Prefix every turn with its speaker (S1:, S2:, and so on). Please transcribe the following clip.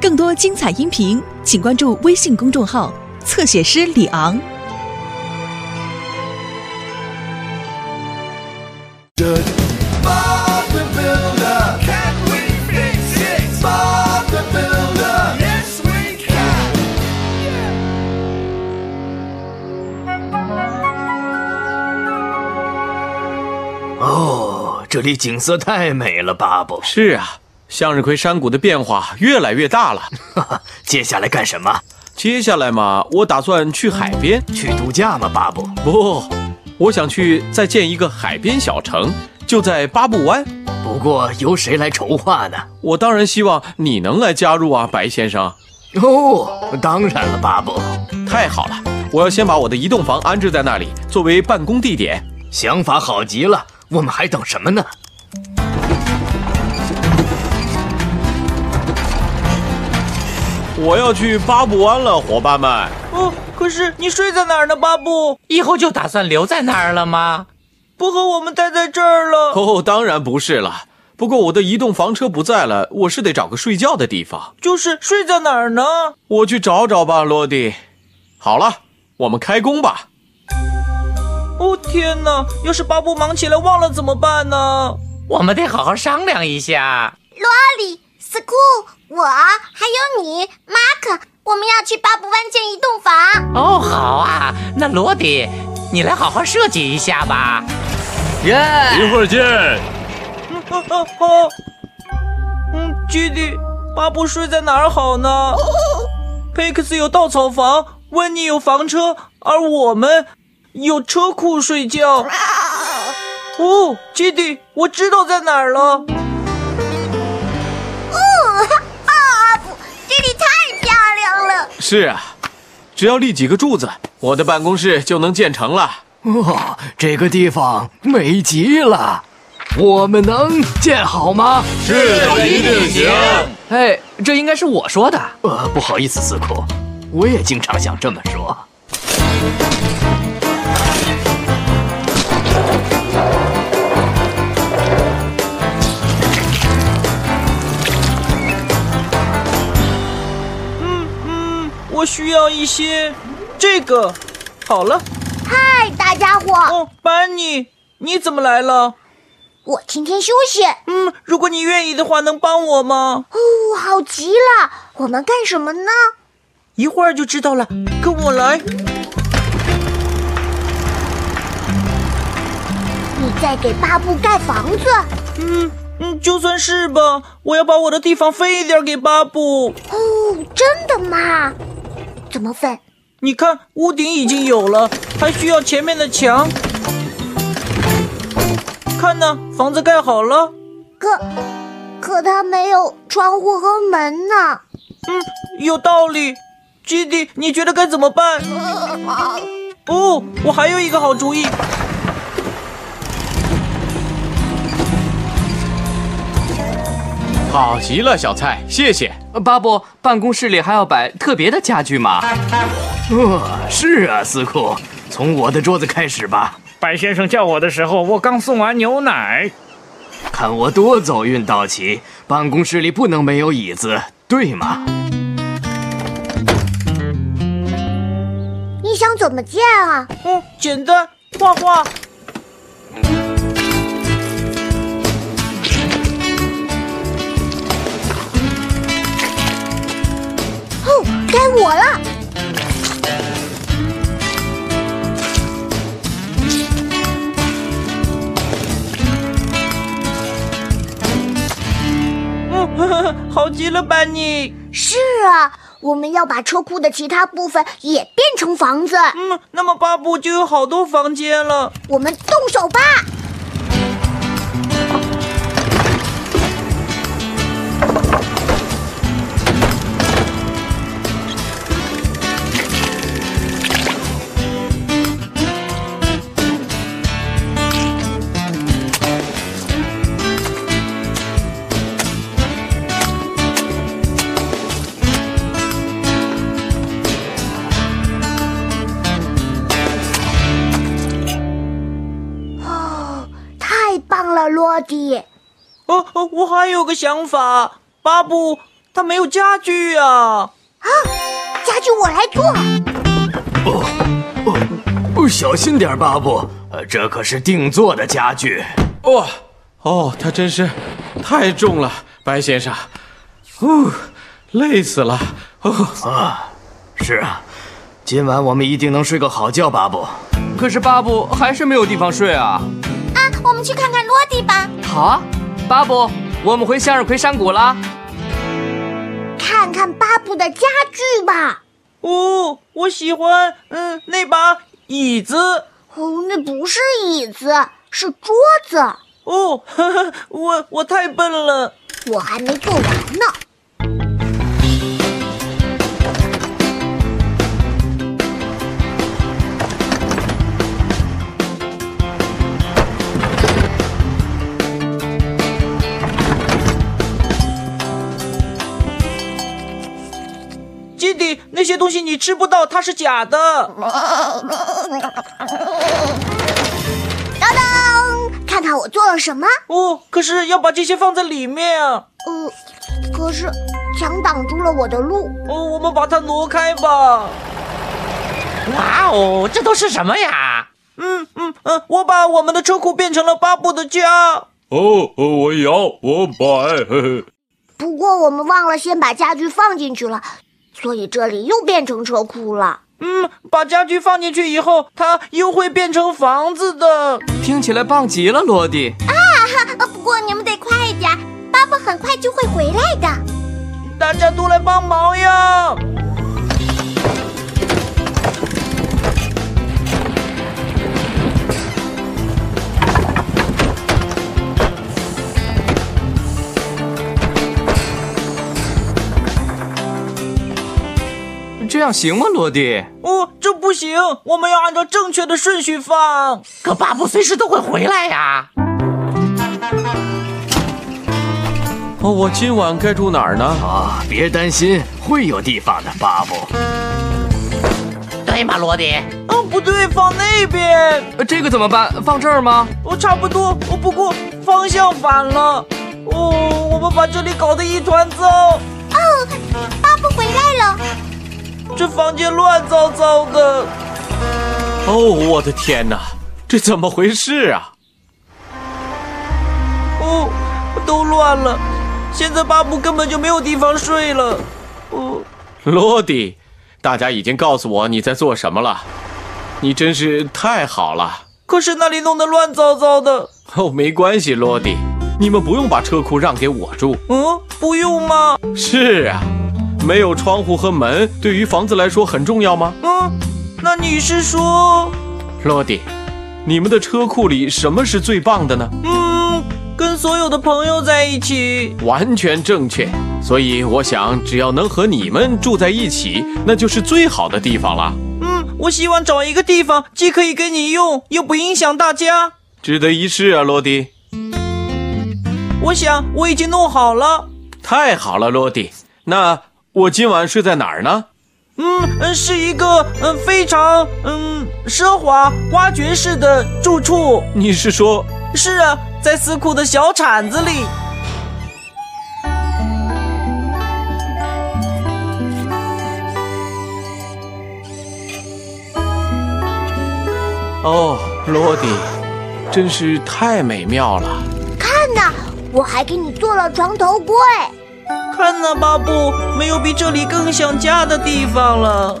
S1: 更多精彩音频，请关注微信公众号“侧写师李昂”。
S2: Bob the Builder. Can we fix it? Bob the Builder. Yes, we can.
S3: 哦，这里景色太美了，巴布。
S4: 是啊，向日葵山谷的变化越来越大了。
S3: 接下来干什么？
S4: 接下来嘛，我打算去海边。
S3: 去度假吗，巴布？
S4: 不，我想去再建一个海边小城，就在巴布湾。
S3: 不过由谁来筹划呢？
S4: 我当然希望你能来加入啊，白先生。
S3: 哦，当然了，巴布。
S4: 太好了，我要先把我的一栋房安置在那里，作为办公地点。
S3: 想法好极了，我们还等什么呢？
S4: 我要去巴布湾了，伙伴们。
S5: 哦，可是你睡在哪儿呢，巴布？
S6: 以后就打算留在那儿了吗？
S5: 不和我们待在这儿了。
S4: 哦，当然不是了。不过我的移动房车不在了，我是得找个睡觉的地方。
S5: 就是睡在哪儿呢？
S4: 我去找找吧，罗迪。好了，我们开工吧。
S5: 哦天哪！要是巴布忙起来忘了怎么办呢？
S6: 我们得好好商量一下。
S7: 罗里、School，我还有你，马克，我们要去巴布湾建一栋房。
S6: 哦，好啊，那罗迪，你来好好设计一下吧。
S8: 耶、
S9: 一会儿见。
S5: 嗯啊啊好。嗯，基地，巴布睡在哪儿好呢？佩克斯有稻草房，温妮有房车，而我们有车库睡觉。哦，基地，我知道在哪儿了。
S7: 哦，巴布，这里太漂亮了。
S4: 是啊，只要立几个柱子，我的办公室就能建成了。
S3: 哦，这个地方美极了，我们能建好吗？
S9: 是的，一定行。
S8: 哎，这应该是我说的。
S3: 呃，不好意思，斯库，我也经常想这么说。
S5: 我需要一些这个。好了，
S7: 嗨，哎大家伙，
S5: 哦，班尼，你怎么来了？
S7: 我今天休息。哦，
S5: 嗯，如果你愿意的话，能帮我吗？
S7: 好极了，我们干什么呢？
S5: 一会儿就知道了，跟我来。
S7: 你在给巴布盖房子？
S5: 嗯嗯，就算是吧，我要把我的地方分一点给巴布。
S7: 哦，真的吗？怎么分？
S5: 你看，屋顶已经有了，还需要前面的墙。看呢，房子盖好了。
S7: 可，可它没有窗户和门呢。
S5: 嗯，有道理。基地，你觉得该怎么办？哦，我还有一个好主意。
S4: 好极了，小蔡，谢谢。
S8: 巴布，办公室里还要摆特别的家具吗？
S3: 呃，是啊，斯库，从我的桌子开始吧。
S10: 白先生叫我的时候，我刚送完牛奶。
S3: 看我多走运，道奇！办公室里不能没有椅子，对吗？
S7: 你想怎么建啊？
S5: 嗯，简单，画画。
S7: 哦，该我了。
S5: 嗯，好极了，班尼。
S7: 是啊，我们要把车库的其他部分也变成房子。
S5: 嗯，那么巴布就有好多房间了。
S7: 我们动手吧！太棒了，洛迪！
S5: 哦哦，我还有个想法，巴布他没有家具呀、啊。
S7: 家具我来做。啊
S3: 哦，小心点儿，巴布，呃这可是定做的家具。
S4: 哇，哦，他真是太重了，白先生，哦，累死了。哦，
S3: 是啊，今晚我们一定能睡个好觉，巴布。
S8: 可是巴布还是没有地方睡啊！
S7: 啊，我们去看看落地吧。
S8: 好啊，巴布，我们回向日葵山谷啦。
S7: 看看巴布的家具吧。
S5: 哦，我喜欢，嗯，那把椅子。
S7: 哦，那不是椅子，是桌子。
S5: 哦，呵呵我我太笨了。
S7: 我还没做完呢。
S5: 基底，那些东西你吃不到，它是假的。
S7: 当当，看看我做了什么。
S5: 哦，可是要把这些放在里面啊。
S7: 呃，可是墙挡住了我的路。
S5: 哦，我们把它挪开吧。
S6: 哇哦，这都是什么呀？
S5: 嗯嗯嗯，我把我们的车库变成了巴布的家。
S9: 哦，哦我摇，我摆，嘿嘿。
S7: 不过我们忘了先把家具放进去了，所以这里又变成车库了。
S5: 嗯，把家具放进去以后，它又会变成房子的。
S8: 听起来棒极了，罗迪。
S7: 啊，不过你们得快一点，巴布很快就会回来的。
S5: 大家都来帮忙呀！
S8: 这样行
S3: 啊
S8: 吗，罗迪？
S5: 哦，这不行，我们要按照正确的顺序放。
S6: 可巴布随时都会回来呀、
S4: 哦，我今晚该住哪儿呢？
S3: 啊，别担心，会有地方的，巴布。
S6: 对吗，罗迪？
S5: 哦，不对，放那边。
S8: 呃这个怎么办？放这儿吗？
S5: 哦，差不多。哦，不过方向反了。哦，我们把这里搞得一团糟，
S7: 哦，巴布回来了。
S5: 这房间乱糟糟的。
S4: 哦，我的天哪，这怎么回事啊？
S5: 哦，都乱了。现在巴布根本就没有地方睡了。哦，
S4: 罗迪，大家已经告诉我你在做什么了，你真是太好了。
S5: 可是那里弄得乱糟糟的。
S4: 哦，没关系，罗迪，你们不用把车库让给我住。
S5: 嗯，不用吗？
S4: 是啊，没有窗户和门，对于房子来说很重要吗？
S5: 嗯，那你是说，
S4: 罗迪，你们的车库里什么是最棒的呢？
S5: 嗯，跟所有的朋友在一起？
S4: 完全正确。所以我想，只要能和你们住在一起，那就是最好的地方了。
S5: 嗯，我希望找一个地方既可以给你用，又不影响大家。
S4: 值得一试啊，罗迪！
S5: 我想我已经弄好了。
S4: 太好了，罗迪。那我今晚睡在哪儿呢？
S5: 嗯，呃是一个嗯非常嗯奢华挖掘式的住处。
S4: 你是说
S5: 是啊，在斯库的小铲子里。
S4: 哦，罗迪，真是太美妙了。
S7: 看呐，我还给你做了床头柜。
S5: 看呐、巴布，没有比这里更想家的地方了。